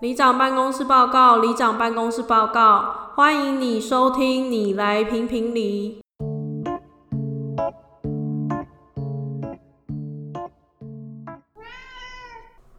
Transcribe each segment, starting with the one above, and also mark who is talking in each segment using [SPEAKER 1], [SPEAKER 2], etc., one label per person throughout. [SPEAKER 1] 里长办公室报告，里长办公室报告，欢迎你收听，你来评评理。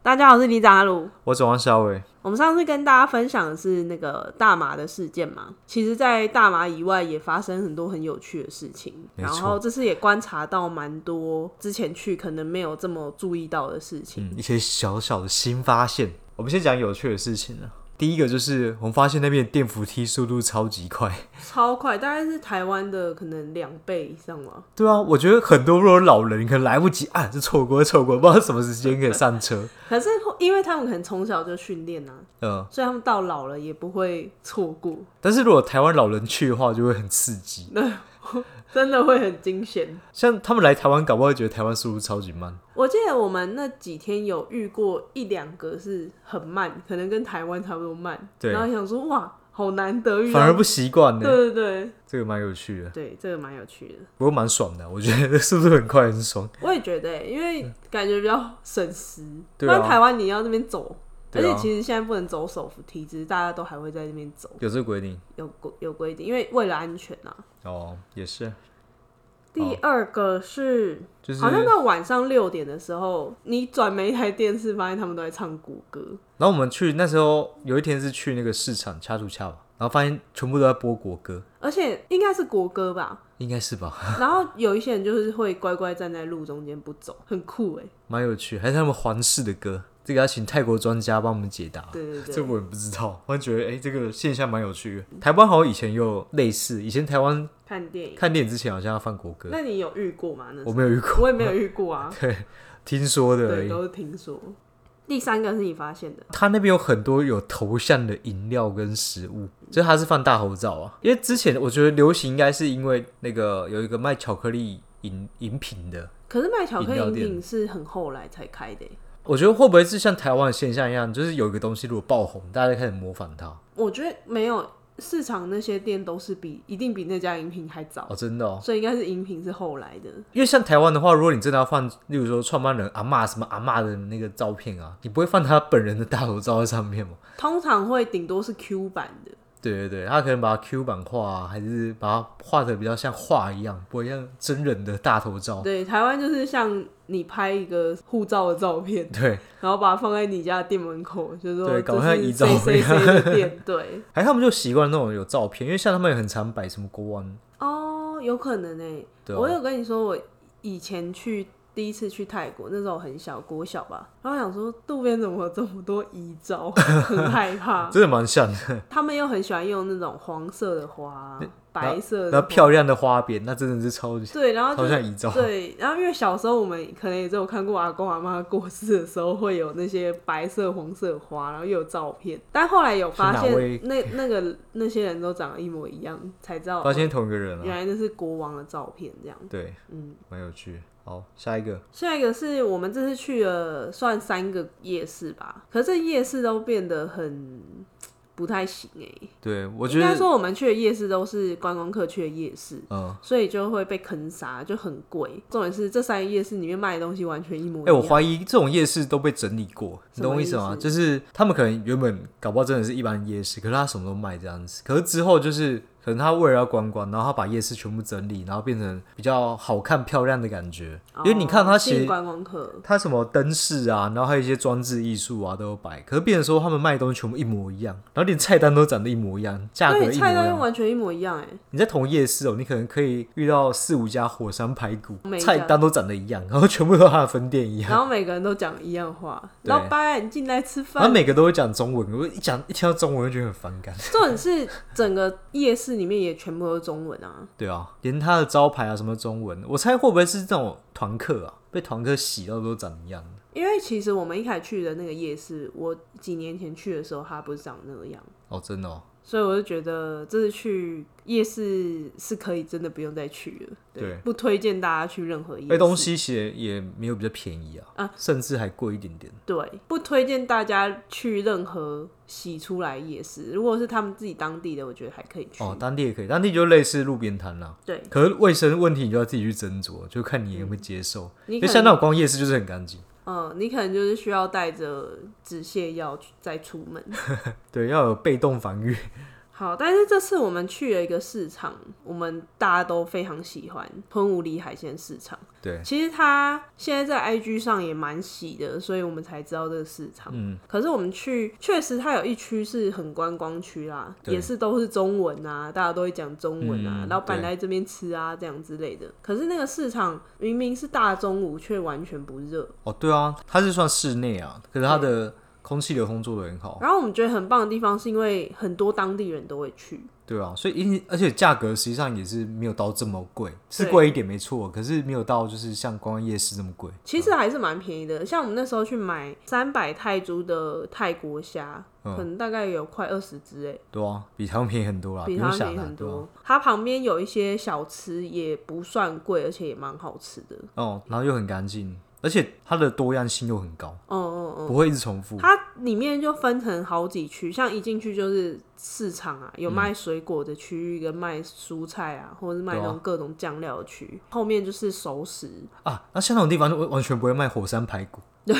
[SPEAKER 1] 大家好，我是里长阿鲁。
[SPEAKER 2] 我转换小伟，
[SPEAKER 1] 我们上次跟大家分享的是那个大麻的事件嘛，其实，在大麻以外也发生很多很有趣的事情。
[SPEAKER 2] 没
[SPEAKER 1] 然
[SPEAKER 2] 错
[SPEAKER 1] 后这次也观察到蛮多之前去可能没有这么注意到的事情。
[SPEAKER 2] 嗯，一些小小的新发现。我们先讲有趣的事情啊。第一个就是我们发现那边的电扶梯速度超级快。
[SPEAKER 1] 超快，大概是台湾的可能两倍以上吧。
[SPEAKER 2] 对啊，我觉得很多如果老人可能来不及按，就错过错过，不知道什么时间可以上车。
[SPEAKER 1] 可是因为他们可能从小就训练啊，
[SPEAKER 2] 嗯，
[SPEAKER 1] 所以他们到老了也不会错过，
[SPEAKER 2] 但是如果台湾老人去的话，就会很刺激。
[SPEAKER 1] 真的会很惊险。
[SPEAKER 2] 像他们来台湾，搞不好会觉得台湾速度超级慢。
[SPEAKER 1] 我记得我们那几天有遇过一两个是很慢，可能跟台湾差不多慢，
[SPEAKER 2] 对
[SPEAKER 1] 然后想说哇，好难得遇到，
[SPEAKER 2] 反而不习惯呢。
[SPEAKER 1] 啊对对对
[SPEAKER 2] 这个蛮有趣的，
[SPEAKER 1] 对，这个蛮有趣的。
[SPEAKER 2] 不过蛮爽的，我觉得速度很快很爽。
[SPEAKER 1] 我也觉得、欸因为感觉比较省时，不
[SPEAKER 2] 嗯对啊
[SPEAKER 1] 然台湾你要那边走，而
[SPEAKER 2] 对
[SPEAKER 1] 且
[SPEAKER 2] 啊
[SPEAKER 1] 其实现在不能走手扶梯，只是大家都还会在那边走。
[SPEAKER 2] 有这个规定
[SPEAKER 1] 有规有规定，因为为了安全啊。
[SPEAKER 2] 哦，也是，
[SPEAKER 1] 第二个是，
[SPEAKER 2] 哦就是
[SPEAKER 1] 好像到晚上六点的时候，你转每一台电视，发现他们都在唱国歌。
[SPEAKER 2] 然后我们去那时候有一天是去那个市场恰图恰吧，然后发现全部都在播国歌，
[SPEAKER 1] 而且应该是国歌吧，
[SPEAKER 2] 应该是吧，
[SPEAKER 1] 然后有一些人就是会乖乖站在路中间不走，很酷哎、
[SPEAKER 2] 蛮有趣，还是他们环视的歌，这个要请泰国专家帮我们解答。
[SPEAKER 1] 对对
[SPEAKER 2] 这
[SPEAKER 1] 对，
[SPEAKER 2] 我也不知道，我觉得哎、这个现象蛮有趣的。台湾好像以前也有类似，以前台湾
[SPEAKER 1] 看电影。
[SPEAKER 2] 看电影之前好像要放国歌，
[SPEAKER 1] 那你有遇过吗？那时
[SPEAKER 2] 我
[SPEAKER 1] 候
[SPEAKER 2] 没有遇过，
[SPEAKER 1] 我也没有遇过 啊，
[SPEAKER 2] 听说的而
[SPEAKER 1] 对，
[SPEAKER 2] 已。
[SPEAKER 1] 都是听说。第三个是你发现的，
[SPEAKER 2] 他那边有很多有头像的饮料跟食物，就是他是放大头照啊。因为之前我觉得流行应该是因为那个有一个卖巧克力饮饮品的，
[SPEAKER 1] 可是卖巧克力饮
[SPEAKER 2] 饮料
[SPEAKER 1] 品是很后来才开的欸、
[SPEAKER 2] 我觉得会不会是像台湾的现象一样，就是有一个东西如果爆红，大家就开始模仿它？
[SPEAKER 1] 我觉得没有市场那些店都是比一定比那家饮品还早。
[SPEAKER 2] 哦，真的哦，
[SPEAKER 1] 所以应该是饮品是后来的。
[SPEAKER 2] 因为像台湾的话，如果你真的要放，例如说创办人阿嬷什么阿嬷的那个照片啊，你不会放他本人的大头照在上面吗？
[SPEAKER 1] 通常会顶多是 Q 版的，
[SPEAKER 2] 对对对，他可能把它 Q 版画、啊，还是把它画的比较像画一样，不会像真人的大头照。
[SPEAKER 1] 对，台湾就是像你拍一个护照的照片，
[SPEAKER 2] 对，
[SPEAKER 1] 然后把它放在你家的店门口，就是说
[SPEAKER 2] 对搞得像
[SPEAKER 1] 这是
[SPEAKER 2] 遗照
[SPEAKER 1] 谁谁
[SPEAKER 2] 一样
[SPEAKER 1] 谁 的店，对，
[SPEAKER 2] 还是他们就习惯那种有照片，因为像他们也很常摆什么国王，
[SPEAKER 1] 哦，有可能诶、
[SPEAKER 2] 对
[SPEAKER 1] 我
[SPEAKER 2] 啊，
[SPEAKER 1] 有跟你说，我以前去第一次去泰国，那时候很小，国小吧，然后想说渡边怎么有这么多遗照， 很害怕。
[SPEAKER 2] 真的蛮像的。
[SPEAKER 1] 他们又很喜欢用那种黄色的花、白色的
[SPEAKER 2] 然
[SPEAKER 1] 花
[SPEAKER 2] 后漂亮的花边，那真的是超级
[SPEAKER 1] 对，然后就
[SPEAKER 2] 超
[SPEAKER 1] 是
[SPEAKER 2] 像遗照。
[SPEAKER 1] 啊对，然后因为小时候我们可能也只有看过阿公阿妈过世的时候会有那些白色、红色的花，然后又有照片，但后来有发
[SPEAKER 2] 是哪位
[SPEAKER 1] 现那那个那些人都长得一模一样，才知道
[SPEAKER 2] 发现同一个人
[SPEAKER 1] 原
[SPEAKER 2] 啊，
[SPEAKER 1] 来那是国王的照片这样。
[SPEAKER 2] 对，
[SPEAKER 1] 嗯，
[SPEAKER 2] 蛮有趣。好，下一个
[SPEAKER 1] 下一个是我们这次去了算三个夜市吧，可是夜市都变得很不太行哎、
[SPEAKER 2] 对，我
[SPEAKER 1] 应
[SPEAKER 2] 觉
[SPEAKER 1] 该
[SPEAKER 2] 得，
[SPEAKER 1] 说我们去的夜市都是观光客去的夜市。
[SPEAKER 2] 嗯，
[SPEAKER 1] 所以就会被坑杀，就很贵。重点是这三个夜市里面卖的东西完全一模一
[SPEAKER 2] 哎、
[SPEAKER 1] 样。
[SPEAKER 2] 我怀疑这种夜市都被整理过，你懂我意思
[SPEAKER 1] 什么
[SPEAKER 2] 吗？
[SPEAKER 1] 意思
[SPEAKER 2] 就是他们可能原本搞不好真的是一般夜市，可是他什么都卖这样子，可是之后就是。可能他为了要观光，然后他把夜市全部整理，然后变成比较好看漂亮的感觉。因为你看
[SPEAKER 1] 他
[SPEAKER 2] 他其实
[SPEAKER 1] 哦观光客，
[SPEAKER 2] 它什么灯饰啊，然后还有一些装置艺术啊都有摆，可是变成说他们卖的东西全部一模一样，然后连菜单都长得一模一样，价格一模
[SPEAKER 1] 对，
[SPEAKER 2] 一
[SPEAKER 1] 菜单
[SPEAKER 2] 样。
[SPEAKER 1] 完全一模一样哎、
[SPEAKER 2] 你在同夜市哦，你可能可以遇到四五家火山排骨
[SPEAKER 1] 每，一家
[SPEAKER 2] 菜单都长得一样，然后全部都它的分店一样，
[SPEAKER 1] 然后每个人都讲一样话，
[SPEAKER 2] 对
[SPEAKER 1] 老板你进来吃
[SPEAKER 2] 然后
[SPEAKER 1] 饭。
[SPEAKER 2] 每个都会讲中文，我一讲一听到中文就觉得很反感。
[SPEAKER 1] 重点是整个夜市里面也全部都是中文啊，
[SPEAKER 2] 对啊，连它的招牌啊什么中文，我猜会不会是这种团客啊，被团客洗到都长一样的
[SPEAKER 1] 因为其实我们一开始去的那个夜市，我几年前去的时候它不是长那样，
[SPEAKER 2] 哦，真的哦。
[SPEAKER 1] 所以我就觉得这次去夜市是可以真的不用再去了，
[SPEAKER 2] 对
[SPEAKER 1] 不推荐大家去任何夜市，
[SPEAKER 2] 哎，东西其实也没有比较便宜啊，
[SPEAKER 1] 啊
[SPEAKER 2] 甚至还贵一点点。
[SPEAKER 1] 对，不推荐大家去任何洗出来夜市，如果是他们自己当地的，我觉得还可以去，
[SPEAKER 2] 哦，当地也可以，当地就类似路边摊啦。
[SPEAKER 1] 对。
[SPEAKER 2] 可是卫生问题你就要自己去斟酌，就看你有没有接受。
[SPEAKER 1] 嗯你
[SPEAKER 2] 就
[SPEAKER 1] 可
[SPEAKER 2] 像
[SPEAKER 1] 能
[SPEAKER 2] 那种逛夜市就是很干净，
[SPEAKER 1] 嗯，你可能就是需要带着止泻药去再出门。
[SPEAKER 2] 对，要有被动防御。
[SPEAKER 1] 好，但是这次我们去了一个市场，我们大家都非常喜欢喷雾里海鲜市场。
[SPEAKER 2] 对，
[SPEAKER 1] 其实它现在在 IG 上也蛮洗的，所以我们才知道这个市场。
[SPEAKER 2] 嗯，
[SPEAKER 1] 可是我们去，确实它有一区是很观光区啦，
[SPEAKER 2] 对
[SPEAKER 1] 也是都是中文啊，大家都会讲中文啊，
[SPEAKER 2] 嗯
[SPEAKER 1] 老板
[SPEAKER 2] 对
[SPEAKER 1] 来这边吃啊，这样之类的。可是那个市场明明是大中午，却完全不热。
[SPEAKER 2] 哦，对啊，它是算室内啊，可是它的空气流通做得很好。
[SPEAKER 1] 然后我们觉得很棒的地方，是因为很多当地人都会去。
[SPEAKER 2] 对啊，所以因而且价格实际上也是没有到这么贵，是
[SPEAKER 1] 对
[SPEAKER 2] 贵一点没错，可是没有到就是像观光夜市这么贵。
[SPEAKER 1] 其实还是蛮便宜的，像我们那时候去买三百泰铢的泰国虾，
[SPEAKER 2] 嗯
[SPEAKER 1] 可能大概有快二十只哎，
[SPEAKER 2] 对啊，比台湾便宜很多啦，
[SPEAKER 1] 比
[SPEAKER 2] 不
[SPEAKER 1] 它
[SPEAKER 2] 用
[SPEAKER 1] 便
[SPEAKER 2] 想
[SPEAKER 1] 宜
[SPEAKER 2] 啦
[SPEAKER 1] 很
[SPEAKER 2] 对啊
[SPEAKER 1] 多。它旁边有一些小吃也不算贵，而且也蛮好吃的。
[SPEAKER 2] 哦，然后又很干净，而且它的多样性又很高，
[SPEAKER 1] 哦哦哦，
[SPEAKER 2] 不会一直重复。
[SPEAKER 1] 它里面就分成好几区，像一进去就是市场啊，有卖水果的区域跟卖蔬菜啊，或者是卖那
[SPEAKER 2] 对啊
[SPEAKER 1] 种各种酱料的区域，后面就是熟食。
[SPEAKER 2] 啊，那像那种地方就完全不会卖火山排骨，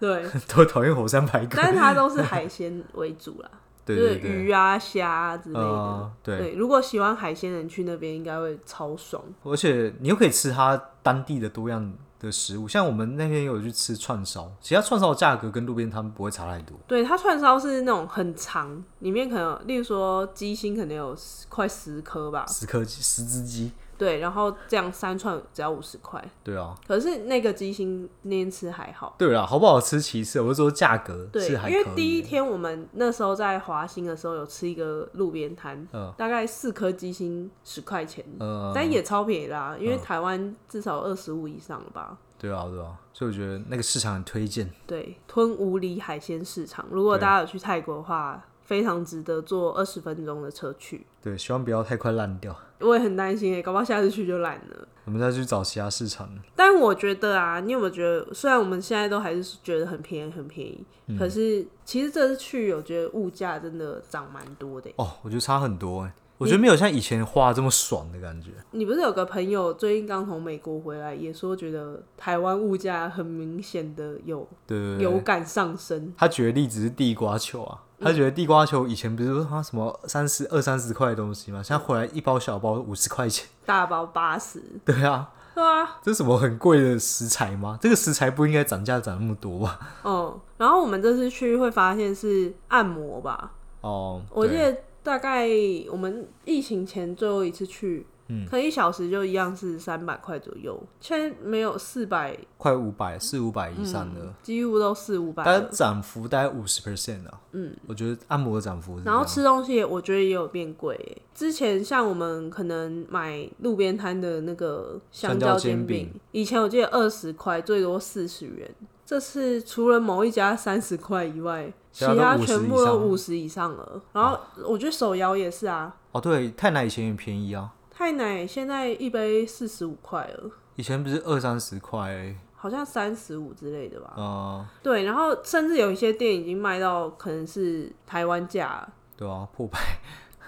[SPEAKER 1] 对，
[SPEAKER 2] 都讨厌火山排骨。
[SPEAKER 1] 但是它都是海鲜为主啦，
[SPEAKER 2] 对对
[SPEAKER 1] 就是
[SPEAKER 2] 对，
[SPEAKER 1] 鱼啊、虾啊之类的。
[SPEAKER 2] 呃，对，
[SPEAKER 1] 对，如果喜欢海鲜的人去那边应该会超爽。
[SPEAKER 2] 而且你又可以吃它当地的多样的食物，像我们那天有去吃串烧，其实它串烧的价格跟路边摊不会差太多。
[SPEAKER 1] 对，它串烧是那种很长，里面可能有例如说鸡心可能有十快十颗吧，
[SPEAKER 2] 十颗鸡，十只鸡，
[SPEAKER 1] 对，然后这样三串只要五十块。
[SPEAKER 2] 对啊，
[SPEAKER 1] 可是那个鸡心那天吃还好，
[SPEAKER 2] 对啊，好不好吃其次，我是说价格
[SPEAKER 1] 对，
[SPEAKER 2] 是还
[SPEAKER 1] 因
[SPEAKER 2] 可以
[SPEAKER 1] 为
[SPEAKER 2] 的。
[SPEAKER 1] 第一天我们那时候在华兴的时候有吃一个路边摊，
[SPEAKER 2] 嗯
[SPEAKER 1] 大概四颗鸡心十块钱，
[SPEAKER 2] 呃，
[SPEAKER 1] 但也超便宜啦，因为
[SPEAKER 2] 嗯
[SPEAKER 1] 台湾至少二十五以上了吧。
[SPEAKER 2] 对啊，对啊，所以我觉得那个市场很推荐。
[SPEAKER 1] 对，吞武里海鲜市场，如果
[SPEAKER 2] 对
[SPEAKER 1] 大家有去泰国的话，非常值得坐二十分钟的车去。
[SPEAKER 2] 对，希望不要太快烂掉，
[SPEAKER 1] 我也很担心哎、搞不好下次去就懒了。
[SPEAKER 2] 我们再去找其他市场。
[SPEAKER 1] 但我觉得啊，你有没有觉得，虽然我们现在都还是觉得很便宜，很便宜，
[SPEAKER 2] 嗯
[SPEAKER 1] 可是其实这次去，我觉得物价真的涨蛮多的欸、
[SPEAKER 2] 哦，我觉得差很多哎、我觉得没有像以前花这么爽的感觉。
[SPEAKER 1] 你不是有个朋友最近刚从美国回来，也说觉得台湾物价很明显的有
[SPEAKER 2] 对对对，
[SPEAKER 1] 有感上升。
[SPEAKER 2] 他举的例子是地瓜球啊，他觉得地瓜球以前不是说他什么三十二三十块的东西嘛，现在回来一包小包五十块钱。
[SPEAKER 1] 大包八十，
[SPEAKER 2] 对啊，
[SPEAKER 1] 对啊，
[SPEAKER 2] 这是什么很贵的食材吗？这个食材不应该涨价涨那么多吧？
[SPEAKER 1] 嗯，然后我们这次去会发现是按摩吧，
[SPEAKER 2] 哦，
[SPEAKER 1] 我记
[SPEAKER 2] 对
[SPEAKER 1] 得大概我们疫情前最后一次去，嗯，可能一小时就一样是三百块左右，现在没有四百，
[SPEAKER 2] 快五百四五百以上的，
[SPEAKER 1] 几乎都四嗯五百
[SPEAKER 2] 大概
[SPEAKER 1] 了。
[SPEAKER 2] 涨幅大概五十 percent 啊。嗯，我觉得按摩的涨幅是这
[SPEAKER 1] 然
[SPEAKER 2] 样
[SPEAKER 1] 后吃东西也，我觉得也有变贵欸。之前像我们可能买路边摊的那个香蕉煎
[SPEAKER 2] 香蕉煎
[SPEAKER 1] 饼，以前我记得二十块，最多四十元。这次除了某一家三十块以外，其
[SPEAKER 2] 其他
[SPEAKER 1] 他
[SPEAKER 2] 都50
[SPEAKER 1] 全部
[SPEAKER 2] 以
[SPEAKER 1] 都
[SPEAKER 2] 上
[SPEAKER 1] 五十以哦上了。然后我觉得手摇也是啊，
[SPEAKER 2] 哦，对，太奶以前也便宜啊，
[SPEAKER 1] 太奶现在一杯四十五块了，
[SPEAKER 2] 以前不是二三十块、欸，
[SPEAKER 1] 好像三十五之类的吧。
[SPEAKER 2] 呃，
[SPEAKER 1] 对，然后甚至有一些店已经卖到可能是台湾价。
[SPEAKER 2] 对啊，破百。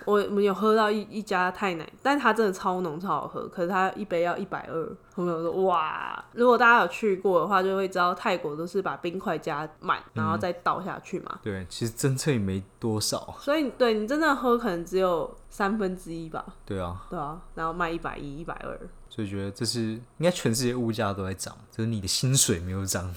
[SPEAKER 1] 我我们有喝到一一家太奶，但它真的超浓超好喝，可是它一杯要一百二。朋友说哇，如果大家有去过的话，就会知道泰国都是把冰块加满，然后再倒下去嘛。
[SPEAKER 2] 对，其实真正也没多少。
[SPEAKER 1] 所以对你真的喝可能只有三分之一吧，
[SPEAKER 2] 对啊，
[SPEAKER 1] 对啊，然后卖一百一、一百二。
[SPEAKER 2] 所以觉得这是应该全世界物价都在涨，只是你的薪水没有涨。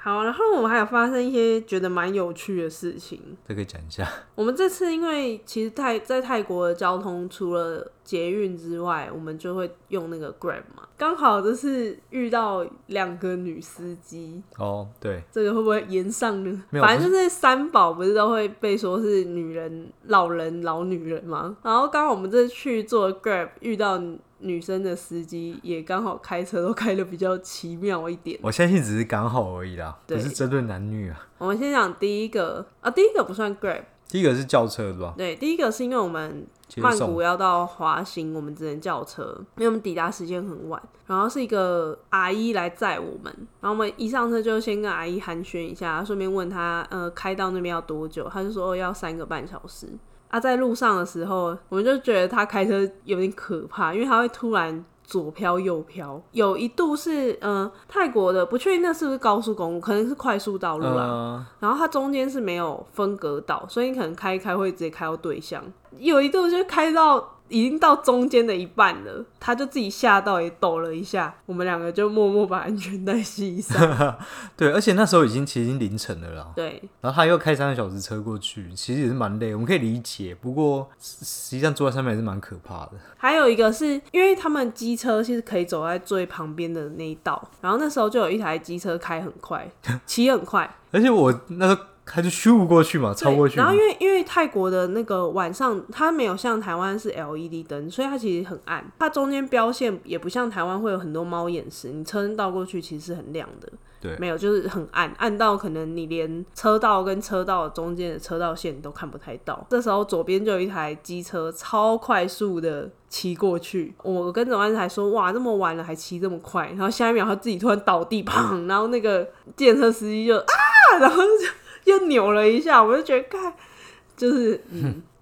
[SPEAKER 1] 好，然后我们还有发生一些觉得蛮有趣的事情。
[SPEAKER 2] 这可以讲一下。
[SPEAKER 1] 我们这次因为其实泰在泰国的交通除了捷运之外，我们就会用那个 Grab 嘛。刚好就是遇到两个女司机，
[SPEAKER 2] 哦，对，
[SPEAKER 1] 这个会不会延上呢？
[SPEAKER 2] 没有
[SPEAKER 1] 反正就是三宝不是都会被说是女人、老人、老女人嘛。然后刚好我们这次去坐 Grab 遇到女生的司机，也刚好开车都开的比较奇妙一点。
[SPEAKER 2] 我相信只是刚好而已啦，不
[SPEAKER 1] 对
[SPEAKER 2] 是针对男女啊。
[SPEAKER 1] 我们先讲第一个啊，第一个不算 Grab，
[SPEAKER 2] 第一个是轿车对吧？
[SPEAKER 1] 对，第一个是因为我们
[SPEAKER 2] 接
[SPEAKER 1] 曼
[SPEAKER 2] 送
[SPEAKER 1] 谷要到华兴，我们只能叫车，因为我们抵达时间很晚。然后是一个阿姨来载我们，然后我们一上车就先跟阿姨寒暄一下，顺便问她呃开到那边要多久，她就说、哦、要三个半小时。啊，在路上的时候，我们就觉得她开车有点可怕，因为她会突然左飘右飘，有一度是呃泰国的，不确定那是不是高速公路，可能是快速道路啦。
[SPEAKER 2] 呃，
[SPEAKER 1] 然后它中间是没有分隔岛，所以你可能开一开会直接开到对向。有一度就开到已经到中间的一半了，他就自己吓到也抖了一下，我们两个就默默把安全带系上。
[SPEAKER 2] 对，而且那时候已经其实已经凌晨了啦，
[SPEAKER 1] 对，
[SPEAKER 2] 然后他又开三个小时车过去，其实也是蛮累，我们可以理解。不过实实际上坐在上面还是蛮可怕的。
[SPEAKER 1] 还有一个是因为他们机车其实可以走在最旁边的那一道，然后那时候就有一台机车开很快，骑很快，
[SPEAKER 2] 而且我那时候他就虚无过去嘛，超
[SPEAKER 1] 对，
[SPEAKER 2] 过去
[SPEAKER 1] 然，后因为因为泰国的那个晚上，它没有像台湾是 LED 灯，所以它其实很暗。它中间标线也不像台湾会有很多猫眼石，你车身倒过去其实是很亮的。
[SPEAKER 2] 对
[SPEAKER 1] 没有就是很暗，暗到可能你连车道跟车道中间的车道线都看不太到。这时候左边就有一台机车超快速的。骑过去，我跟总安才说：“哇，那么晚了还骑这么快！”然后下一秒他自己突然倒地，砰！然后那个电车司机就啊，然后又扭了一下，我就觉得，看，就是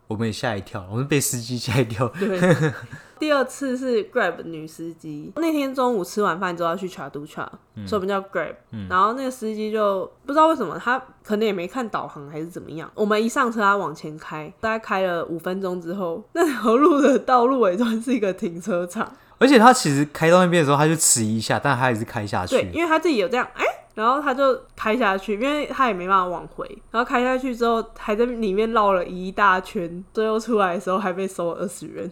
[SPEAKER 2] 我们也吓一跳，我们被司机吓一跳。
[SPEAKER 1] 对。第二次是 Grab 女司机，那天中午吃完饭之后要去 c h a d u c h a 所以我们叫 Grab、然后那个司机就不知道为什么，他可能也没看导航还是怎么样。我们一上车，他往前开，大概开了五分钟之后，那条路的道路尾端是一个停车场。
[SPEAKER 2] 而且他其实开到那边的时候，他就迟疑一下，但他还是开下
[SPEAKER 1] 对，
[SPEAKER 2] 去。
[SPEAKER 1] 因为他自己有这样，哎、然后他就开下去，因为他也没办法往回。然后开下去之后，还在里面绕了一大圈，最后出来的时候还被收了二十元，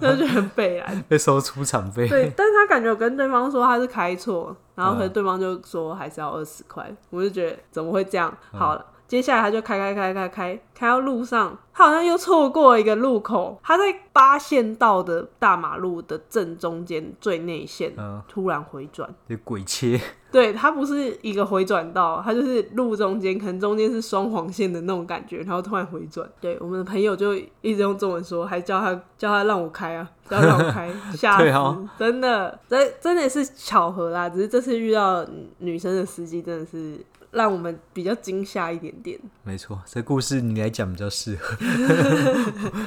[SPEAKER 1] 那就很北 蓝。
[SPEAKER 2] 被收出场费，
[SPEAKER 1] 对，但是他感觉有跟对方说他是开错，然后可能对方就说还是要二十块，我就觉得怎么会这样？好了。接下来他就开开开开开开到路上，他好像又错过一个路口，他在八线道的大马路的正中间最内线，
[SPEAKER 2] 嗯
[SPEAKER 1] 突然回转，
[SPEAKER 2] 就鬼切。
[SPEAKER 1] 对，它不是一个回转道，它就是路中间，可能中间是双黄线的那种感觉，然后突然回转。对，我们的朋友就一直用中文说，还叫他叫他让我开啊，叫他让我开，吓死！
[SPEAKER 2] 对啊
[SPEAKER 1] 真的，真真的是巧合啦，只是这次遇到女生的司机真的是让我们比较惊吓一点点。
[SPEAKER 2] 没错，这故事你来讲比较适合。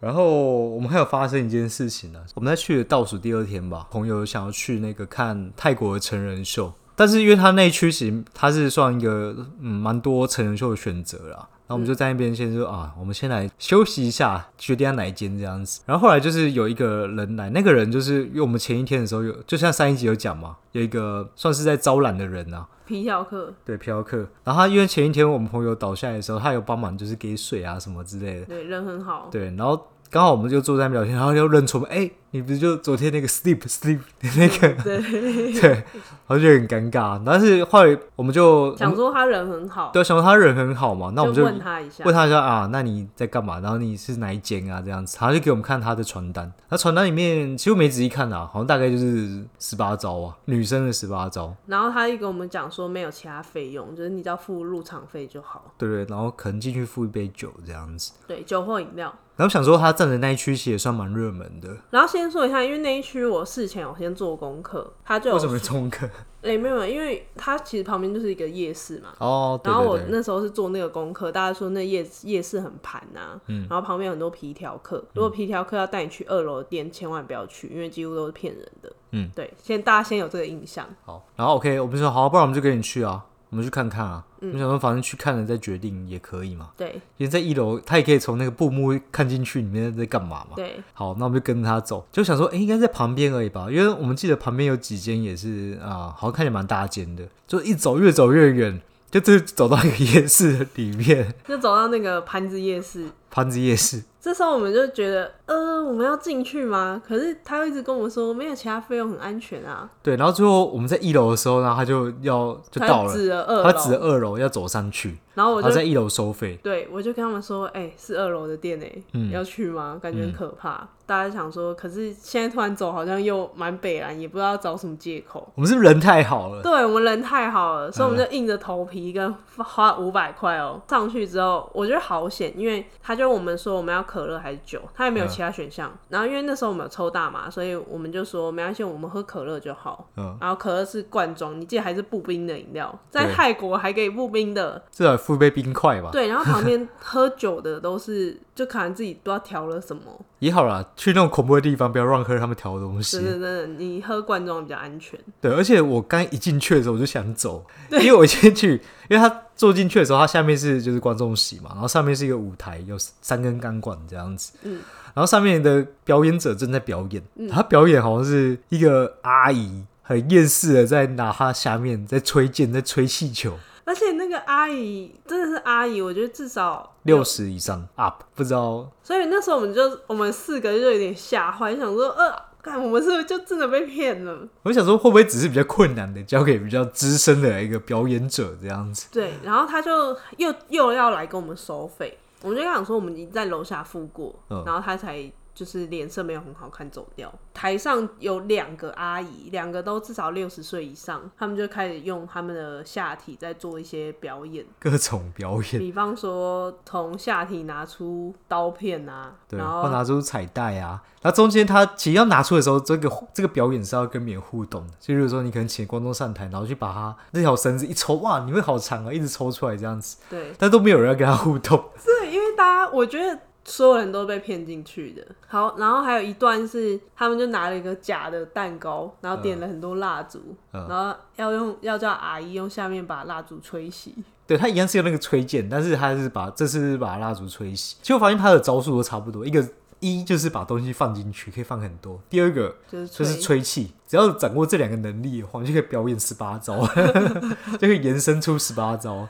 [SPEAKER 2] 然后我们还有发生一件事情呢、啊我们在去的倒数第二天吧，朋友想要去那个看泰国的成人秀，但是因为他那一区其实它是算一个嗯蛮多成人秀的选择啦。然后我们就在那边先说、啊，我们先来休息一下，决定要哪一间这样子。然后后来就是有一个人来，那个人就是因为我们前一天的时候有，就像上一集有讲嘛，有一个算是在招揽的人啊，
[SPEAKER 1] 皮条客，
[SPEAKER 2] 对，嫖客。然后他因为前一天我们朋友倒下来的时候，他有帮忙就是给水啊什么之类的。
[SPEAKER 1] 对，人很好，
[SPEAKER 2] 对，然后刚好我们就坐在那边聊天，然后就认出我们，哎、你不是就昨天那个 sleep sleep 的那个？ 对对，然后就很尴尬。但是后来我们就
[SPEAKER 1] 想说他人很好，
[SPEAKER 2] 对啊想说他人很好嘛，那我们就
[SPEAKER 1] 问他一下
[SPEAKER 2] 问，他说啊，那你在干嘛？然后你是哪一间啊？这样子，他就给我们看他的传单。那传单里面其实我没仔细看啊，好像大概就是十八招啊，女生的十八招。
[SPEAKER 1] 然后他又跟我们讲说没有其他费用，就是你只要付入场费就好，
[SPEAKER 2] 对对，然后可能进去付一杯酒这样子。
[SPEAKER 1] 对，酒或饮料。
[SPEAKER 2] 然后想说他站的那一区其实也算蛮热门的，
[SPEAKER 1] 然后先说一下，因为那一区我事前有先做功课，他就
[SPEAKER 2] 为
[SPEAKER 1] 有
[SPEAKER 2] 什么中坑？
[SPEAKER 1] 诶、没有，没有因为它其实旁边就是一个夜市嘛。
[SPEAKER 2] 哦，对
[SPEAKER 1] 然后我
[SPEAKER 2] 对对，
[SPEAKER 1] 那时候是做那个功课，大家说那夜夜市很盘呐、
[SPEAKER 2] 嗯
[SPEAKER 1] 然后旁边有很多皮条客，如果皮条客要带你去二楼的店，千万不要去，因为几乎都是骗人的。
[SPEAKER 2] 嗯，
[SPEAKER 1] 对，先大家先有这个印象。
[SPEAKER 2] 好，然后 OK，我们说好，不然我们就跟你去啊，我们去看看啊。我们想说反正去看了再决定也可以嘛，
[SPEAKER 1] 对
[SPEAKER 2] 因为在一楼他也可以从那个布幕看进去里面在干嘛嘛。
[SPEAKER 1] 对，
[SPEAKER 2] 好，那我们就跟着他走，就想说，哎、应该在旁边而已吧，因为我们记得旁边有几间也是啊、好像看起来蛮大间的，就一走越走越远，就就走到一个夜市里面，
[SPEAKER 1] 就走到那个盘子夜市，
[SPEAKER 2] 盘子夜市。
[SPEAKER 1] 这时候我们就觉得，呃，我们要进去吗？可是他又一直跟我们说没有其他费用，很安全啊。
[SPEAKER 2] 对，然后最后我们在一楼的时候呢，他就要就
[SPEAKER 1] 他
[SPEAKER 2] 到了，
[SPEAKER 1] 指了二
[SPEAKER 2] 他指
[SPEAKER 1] 楼，
[SPEAKER 2] 二楼要走上去，
[SPEAKER 1] 然后我
[SPEAKER 2] 然
[SPEAKER 1] 就
[SPEAKER 2] 后在一楼收费。
[SPEAKER 1] 对，我就跟他们说，哎、是二楼的店哎、
[SPEAKER 2] 嗯
[SPEAKER 1] 要去吗？感觉很可怕。大家想说，可是现在突然走，好像又蛮北然，也不知道找什么借口。
[SPEAKER 2] 我们是不是人太好了，
[SPEAKER 1] 对我们人太好了，
[SPEAKER 2] 嗯
[SPEAKER 1] 所以我们就硬着头皮跟花五百块哦上去之后，我觉得好险，因为他就就问我们说我们要可乐还是酒，他也没有
[SPEAKER 2] 嗯
[SPEAKER 1] 其他选项。然后因为那时候我们有抽大麻，所以我们就说没关系，我们喝可乐就好。
[SPEAKER 2] 嗯
[SPEAKER 1] 然后可乐是罐装，你记得还是步兵的饮料，在
[SPEAKER 2] 对
[SPEAKER 1] 泰国还给步兵的，
[SPEAKER 2] 至少付一杯冰块吧，
[SPEAKER 1] 对，然后旁边喝酒的都是，就可能自己不知道调了什么。
[SPEAKER 2] 也好啦。去那种恐怖的地方，不要乱喝他们调的东
[SPEAKER 1] 真的
[SPEAKER 2] 西。
[SPEAKER 1] 真的，你喝罐装比较安全。
[SPEAKER 2] 对，而且我刚一进去的时候我就想走，因为我一进去，因为他坐进去的时候，他下面是就是观众席嘛，然后上面是一个舞台，有三根钢管这样子。
[SPEAKER 1] 嗯。
[SPEAKER 2] 然后上面的表演者正在表演，他表演好像是一个阿姨很厌世的在拿他下面在吹剑，在吹气球。
[SPEAKER 1] 而且那个阿姨真的是阿姨，我觉得至少
[SPEAKER 2] 六十以上 up，不知道
[SPEAKER 1] 所以那时候我们就我们四个就有点吓坏，想说呃，看我们是不是就真的被骗了？
[SPEAKER 2] 我想说会不会只是比较困难的交给比较资深的一个表演者这样子？
[SPEAKER 1] 对，然后他就又又要来跟我们收费，我们就跟他讲说我们已经在楼下付过，
[SPEAKER 2] 嗯
[SPEAKER 1] 然后他才就是脸色没有很好看走掉。台上有两个阿姨，两个都至少六十岁以上，他们就开始用他们的下体在做一些表演，
[SPEAKER 2] 各种表 演，
[SPEAKER 1] 比方说从下体拿出刀片啊，
[SPEAKER 2] 对，
[SPEAKER 1] 然
[SPEAKER 2] 或
[SPEAKER 1] 后
[SPEAKER 2] 拿出彩带啊。然后中间他其实要拿出的时候，这个这个表演是要跟别人互动的。就比如说你可能请观众上台，然后去把他那条绳子一抽，哇，你会好长啊，一直抽出来这样子，
[SPEAKER 1] 对，
[SPEAKER 2] 但都没有人要跟他互动。
[SPEAKER 1] 对，因为大家我觉得所有人都被骗进去的。好，然后还有一段是他们就拿了一个假的蛋糕，然后点了很多蜡烛，
[SPEAKER 2] 嗯
[SPEAKER 1] 然后要用要叫阿姨用下面把蜡烛吹熄。
[SPEAKER 2] 对他一样是用那个吹剑，但是他是把这次是把蜡烛吹熄。其实我发现他的招数都差不多，一个一就是把东西放进去，可以放很多；第二个
[SPEAKER 1] 就是
[SPEAKER 2] 就
[SPEAKER 1] 吹，
[SPEAKER 2] 是吹气，只要掌握这两个能力的话，你就可以表演十八 招，就可以延伸出十八招。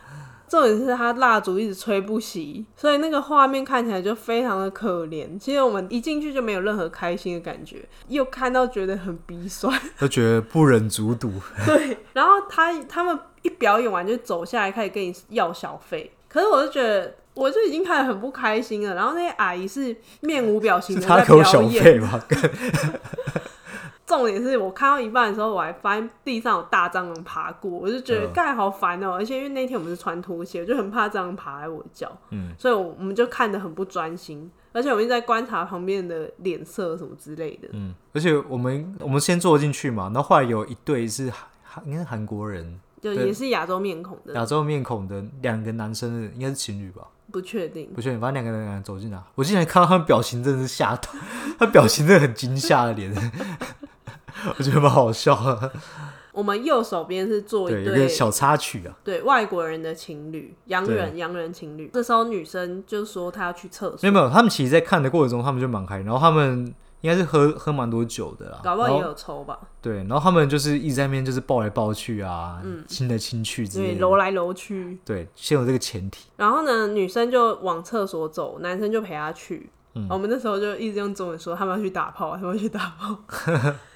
[SPEAKER 1] 重点是他蜡烛一直吹不熄，所以那个画面看起来就非常的可怜。其实我们一进去就没有任何开心的感觉，又看到觉得很鼻酸。
[SPEAKER 2] 都觉得不忍卒睹，
[SPEAKER 1] 对，然后他他们一表演完就走下来，开始跟你要小费。可是我就觉得，我就已经看得很不开心了。然后那些阿姨是面无表情
[SPEAKER 2] 是
[SPEAKER 1] 的
[SPEAKER 2] 他
[SPEAKER 1] 在
[SPEAKER 2] 给我小
[SPEAKER 1] 表演。
[SPEAKER 2] 费吧？
[SPEAKER 1] 重点是我看到一半的时候，我还发现地上有大蟑螂爬过，我就觉得
[SPEAKER 2] 嗯
[SPEAKER 1] 盖好烦哦、而且因为那天我们是穿拖鞋，我就很怕蟑螂爬在我的脚，
[SPEAKER 2] 嗯，
[SPEAKER 1] 所以我我们就看得很不专心。而且我一直在观察旁边的脸色什么之类的。
[SPEAKER 2] 嗯，而且我们我们先坐进去嘛，然后后来有一对是韩韩应该是韩国人，
[SPEAKER 1] 就
[SPEAKER 2] 对
[SPEAKER 1] 也是亚洲面孔的，
[SPEAKER 2] 亚洲面孔的两个男生的，应该是情侣吧？
[SPEAKER 1] 不确定。
[SPEAKER 2] 不确定，反正两个人走进来，我竟然看到他们表情真的是吓到，他表情真的很惊吓的脸， 我觉得蛮好笑的。
[SPEAKER 1] 我们右手边是坐一
[SPEAKER 2] 对，
[SPEAKER 1] 对
[SPEAKER 2] 有个小插曲啊，
[SPEAKER 1] 对外国人的情侣，洋人洋人情侣，这时候女生就说她要去厕
[SPEAKER 2] 没
[SPEAKER 1] 所，
[SPEAKER 2] 有没有，他们其实，在看的过程中，他们就蛮开心，然后他们应该是喝喝蛮多酒的啦，
[SPEAKER 1] 搞不好
[SPEAKER 2] 然
[SPEAKER 1] 也
[SPEAKER 2] 后
[SPEAKER 1] 有抽吧，
[SPEAKER 2] 对，然后他们就是一直在那边就是抱来抱去啊，亲来亲去之
[SPEAKER 1] 对，
[SPEAKER 2] 类
[SPEAKER 1] 揉
[SPEAKER 2] 的。
[SPEAKER 1] 来揉去。
[SPEAKER 2] 对，先有这个前提，
[SPEAKER 1] 然后呢，女生就往厕所走，男生就陪她去。我们那时候就一直用中文说他们要去打炮，他们要去打 炮，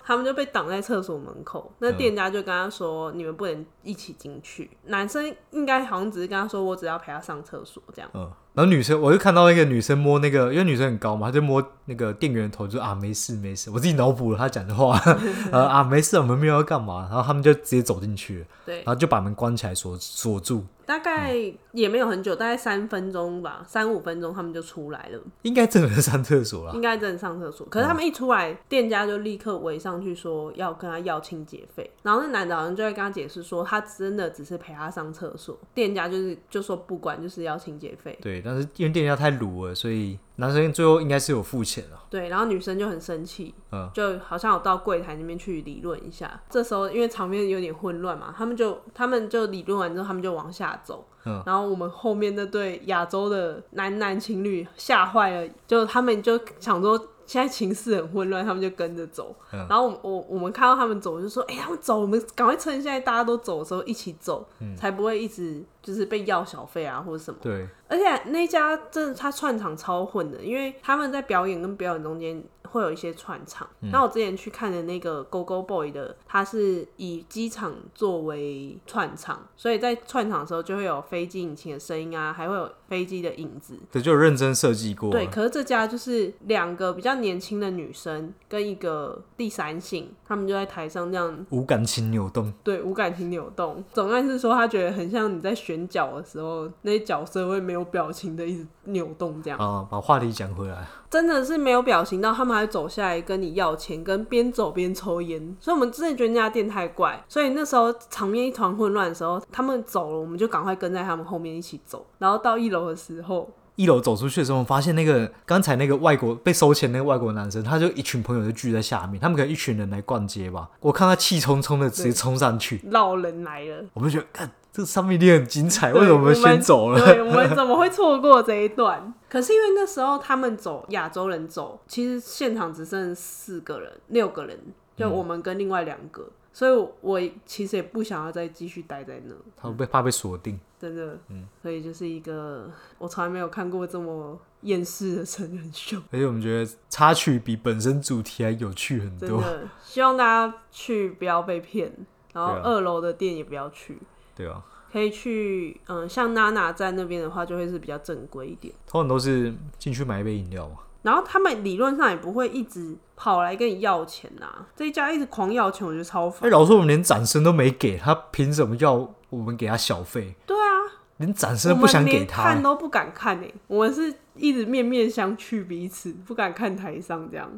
[SPEAKER 1] 他们就被挡在厕所门口。那店家就跟他说：“你们不能一起进去。”男生应该好像只是跟他说：“我只要陪他上厕所。”这样。
[SPEAKER 2] 嗯，然后女生我就看到那个女生摸那个，因为女生很高嘛，她就摸那个店员的头，就说啊没事没事，我自己脑补了她讲的话， 呃啊没事，我们没有要干嘛，然后他们就直接走进去了，
[SPEAKER 1] 对
[SPEAKER 2] 然，后就把门关起来锁锁住，
[SPEAKER 1] 大概也没有很久，大概三分钟吧，三五分钟他们就出来了。
[SPEAKER 2] 应该真的是上厕所了，
[SPEAKER 1] 应该真的上厕所。可是他们一出来，店家就立刻围上去说要跟他要清洁费，然后那男的好像就在跟他解释说，他真的只是陪他上厕所，店家就是就说不管，就是要清洁费。
[SPEAKER 2] 对，但是因为店家太鲁了，所以男生最后应该是有付钱啊了，
[SPEAKER 1] 对，然后女生就很生气，
[SPEAKER 2] 嗯
[SPEAKER 1] 就好像有到柜台那边去理论一下。这时候因为场面有点混乱嘛，他们就他们就理论完之后，他们就往下走。
[SPEAKER 2] 嗯
[SPEAKER 1] 然后我们后面那对亚洲的男男情侣吓坏了，就他们就想说现在情势很混乱，他们就跟着走。
[SPEAKER 2] 嗯
[SPEAKER 1] 然后我我我们看到他们走，就说：“哎、他们走，我们赶快趁现在大家都走的时候一起走，
[SPEAKER 2] 嗯
[SPEAKER 1] 才不会一直就是被要小费啊或者什么。”
[SPEAKER 2] 对，
[SPEAKER 1] 而且那家真的他串场超混的，因为他们在表演跟表演中间会有一些串场。那、我之前去看的那个 Go Go Boy 的，他是以机场作为串场，所以在串场的时候就会有飞机引擎的声音啊，还会有飞机的影子。
[SPEAKER 2] 对，就有认真设计过。
[SPEAKER 1] 对，，可是这家就是两个比较年轻的女生跟一个第三性，他们就在台上这样
[SPEAKER 2] 无感情扭动，
[SPEAKER 1] 对无感情扭动。总而言之说，他觉得很像你在选角的时候，那些角色会没有表情的一直扭动这样。
[SPEAKER 2] 啊，把话题讲回来，
[SPEAKER 1] 真的是没有表情到，他们还走下来跟你要钱，跟边走边抽烟，所以我们真的觉得那家店太怪。所以那时候场面一团混乱的时候，他们走了，我们就赶快跟在他们后面一起走。然后到一楼的时候，
[SPEAKER 2] 一楼走出去的时候，发现那个刚才那个外国被收钱那个外国男生，他就一群朋友就聚在下面，他们可能一群人来逛街吧。我看他气冲冲的直接冲上去，
[SPEAKER 1] 老人来了。
[SPEAKER 2] 我们就觉得，看这上面一定很精彩，为什
[SPEAKER 1] 对
[SPEAKER 2] 么我们先走了？
[SPEAKER 1] 对，我们怎么会错过这一段？可是因为那时候他们走，亚洲人走，其实现场只剩四个人、六个人，
[SPEAKER 2] 嗯
[SPEAKER 1] 就我们跟另外两个，所以我我其实也不想要再继续待在那。
[SPEAKER 2] 他被怕被锁定，
[SPEAKER 1] 真的，
[SPEAKER 2] 嗯
[SPEAKER 1] 所以就是一个我从来没有看过这么厌世的成人秀，
[SPEAKER 2] 而且我们觉得插曲比本身主题还有趣很
[SPEAKER 1] 真
[SPEAKER 2] 多。
[SPEAKER 1] 的， 希望大家去不要被骗，然后
[SPEAKER 2] 对啊
[SPEAKER 1] 二楼的店也不要去，
[SPEAKER 2] 对啊，
[SPEAKER 1] 可以去，嗯、像娜娜在那边的话，就会是比较正规一点。
[SPEAKER 2] 通常都是进去买一杯饮料嘛。
[SPEAKER 1] 然后他们理论上也不会一直跑来跟你要钱呐、这一家一直狂要钱，我觉得超
[SPEAKER 2] 哎、
[SPEAKER 1] 烦。
[SPEAKER 2] 老实说我们连掌声都没给他，凭什么要我们给他小费？
[SPEAKER 1] 对啊，
[SPEAKER 2] 连掌
[SPEAKER 1] 我
[SPEAKER 2] 声都不想
[SPEAKER 1] 们
[SPEAKER 2] 给
[SPEAKER 1] 连
[SPEAKER 2] 他、
[SPEAKER 1] 看都不敢看哎、我们是一直面面相觑彼此，不敢看台上这样。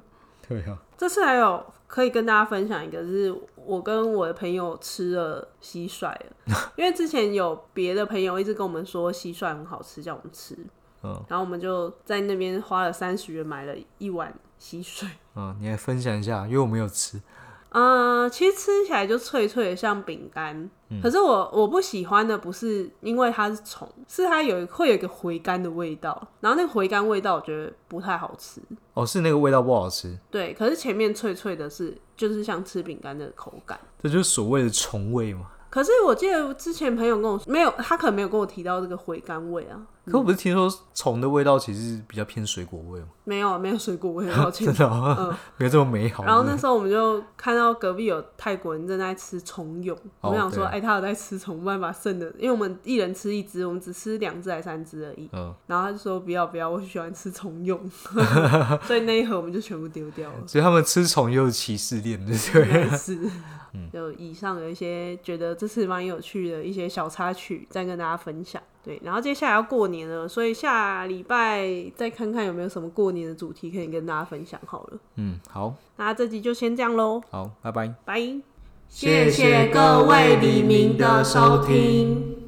[SPEAKER 2] 对啊，
[SPEAKER 1] 这次还有可以跟大家分享一个，就是我跟我的朋友吃了蟋蟀 了，因为之前有别的朋友一直跟我们说蟋蟀很好吃，叫我们吃，
[SPEAKER 2] 嗯
[SPEAKER 1] 然后我们就在那边花了三十元买了一碗蟋蟀。
[SPEAKER 2] 嗯，你来分享一下，因为我没有吃。
[SPEAKER 1] 嗯，其实吃起来就脆脆的，像饼干。可是我我不喜欢的不是因为它是虫，是它有会有一个回甘的味道，然后那个回甘味道我觉得不太好吃。
[SPEAKER 2] 哦，是那个味道不好吃，
[SPEAKER 1] 对，可是前面脆脆的是就是像吃饼干的口感。
[SPEAKER 2] 这就是所谓的虫味嘛。
[SPEAKER 1] 可是我记得之前朋友跟我说，没有，他可能没有跟我提到这个回甘味啊，
[SPEAKER 2] 可我不是听说虫的味道其实比较偏水果味吗？
[SPEAKER 1] 没有啊没有水果味，抱歉
[SPEAKER 2] 真。的、哦，没有这么美好。
[SPEAKER 1] 然后
[SPEAKER 2] 是
[SPEAKER 1] 那
[SPEAKER 2] 不是？
[SPEAKER 1] 时候我们就看到隔壁有泰国人正在吃虫蛹，我们想说，
[SPEAKER 2] 哦对
[SPEAKER 1] 哎、他有在吃虫，没办法剩的，因为我们一人吃一只，我们只吃两只还三只而已。
[SPEAKER 2] 嗯，
[SPEAKER 1] 然后他就说不要不要，我喜欢吃虫 蛹，所以那一盒我们就全部丢掉了。
[SPEAKER 2] 所以他们吃虫也有歧视链，对不
[SPEAKER 1] 应
[SPEAKER 2] 对？
[SPEAKER 1] 该是，
[SPEAKER 2] 嗯
[SPEAKER 1] 就以上有一些觉得这次蛮有趣的一些小插曲，再跟大家分享。对，然后接下来要过年了，所以下礼拜再看看有没有什么过年的主题可以跟大家分享好了。
[SPEAKER 2] 嗯，好
[SPEAKER 1] 那这集就先这样喽，
[SPEAKER 2] 好，拜拜。
[SPEAKER 1] 拜。
[SPEAKER 2] 谢谢各位黎明的收听。